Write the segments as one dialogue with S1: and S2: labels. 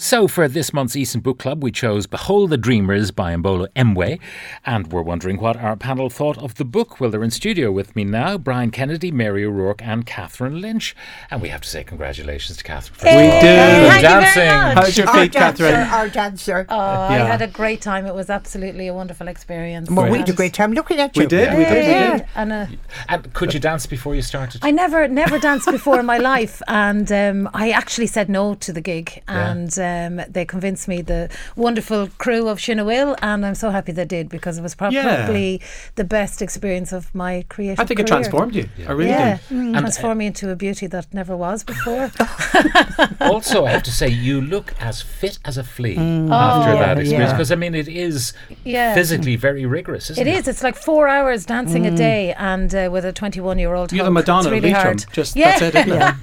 S1: So, for this month's Eastern Book Club, we chose Behold the Dreamers by Mbolo Emwe, and we're wondering what our panel thought of the book. Well, they're in studio with me now Brian Kennedy, Mary O'Rourke, and Catherine Lynch. And we have to say congratulations to Catherine for
S2: We do.
S3: Thank you very
S1: dancing.
S3: much.
S2: How's your
S3: Our
S2: feet,
S3: dancer,
S2: Catherine?
S3: Our dancer.
S4: Oh,
S2: Yeah.
S4: I had a great time. It was absolutely a wonderful experience.
S3: well, we
S4: And-
S3: had a great time looking at you.
S2: We did, we did, we
S4: Yeah,
S2: did.
S4: and uh,
S1: And could you dance before you started?
S4: I never never danced before in my life, and um, I actually said no to the gig,
S1: Yeah.
S4: and um, they convinced me the wonderful crew of Shinawil, and I'm so happy they did because it was
S2: Yeah.
S4: probably the best experience of my creative.
S2: I think it
S4: career.
S2: transformed you. I really
S4: Yeah,
S2: do.
S4: transformed me into a beauty that never was before.
S2: Oh.
S1: also, I have to say, you look as fit as a flea after
S4: Oh,
S1: that experience
S3: Mm. yeah.
S1: because I mean, it is
S4: Yeah.
S1: physically very rigorous, isn't
S4: It
S1: it?
S4: is. It's like four hours dancing a day, and uh, with a 21 year old,
S2: Mm. You're the Madonna
S4: it's really
S2: of Leitrim.
S4: hard.
S2: Just
S4: Yeah.
S2: that's it. Isn't it?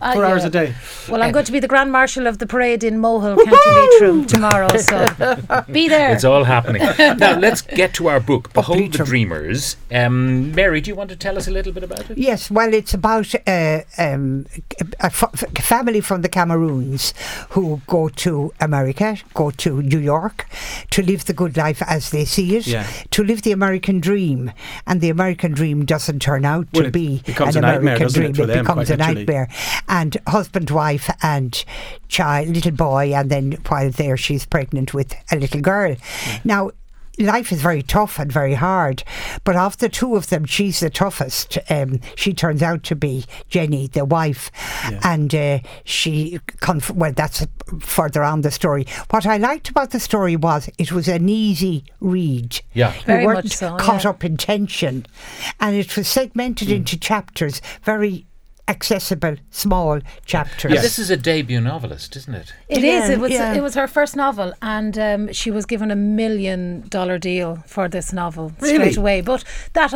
S4: Uh,
S2: Four hours
S4: yeah.
S2: a day.
S4: Well, I'm going to be the Grand Marshal of the parade in Mohill, County Leitrim tomorrow, so be there.
S1: It's all happening. now let's get to our book, Behold the
S3: Peter.
S1: Dreamers. Um, Mary, do you want to tell us a little bit about it?
S3: Yes, well, it's about uh, um, a fa- f- family from the Cameroons who go to America, go to New York to live the good life as they see it,
S2: Yeah.
S3: to live the American dream. And the American dream doesn't turn out
S2: Well,
S3: to
S2: it
S3: be
S2: becomes
S3: an
S2: a nightmare,
S3: American
S2: doesn't it,
S3: dream.
S2: for them,
S3: becomes
S2: quite
S3: a
S2: literally.
S3: nightmare. And husband, wife, and child, little boy, and then while there, she's pregnant with a little girl. Now, life is very tough and very hard. But of the two of them, she's the toughest. Um, she turns out to be Jenny, the wife, and uh, she conf- well, that's further on the story. What I liked about the story was it was an easy read.
S1: Yeah.
S4: Very
S3: you weren't
S4: much so,
S3: caught
S4: yeah.
S3: up in tension, and it was segmented into chapters, very accessible, small chapters.
S1: This is a debut novelist, isn't it?
S4: It is.
S3: Yeah,
S4: It was.
S3: yeah.
S4: It was her first novel, and um, she was given a million dollar deal for this novel
S2: Really?
S4: straight away. But that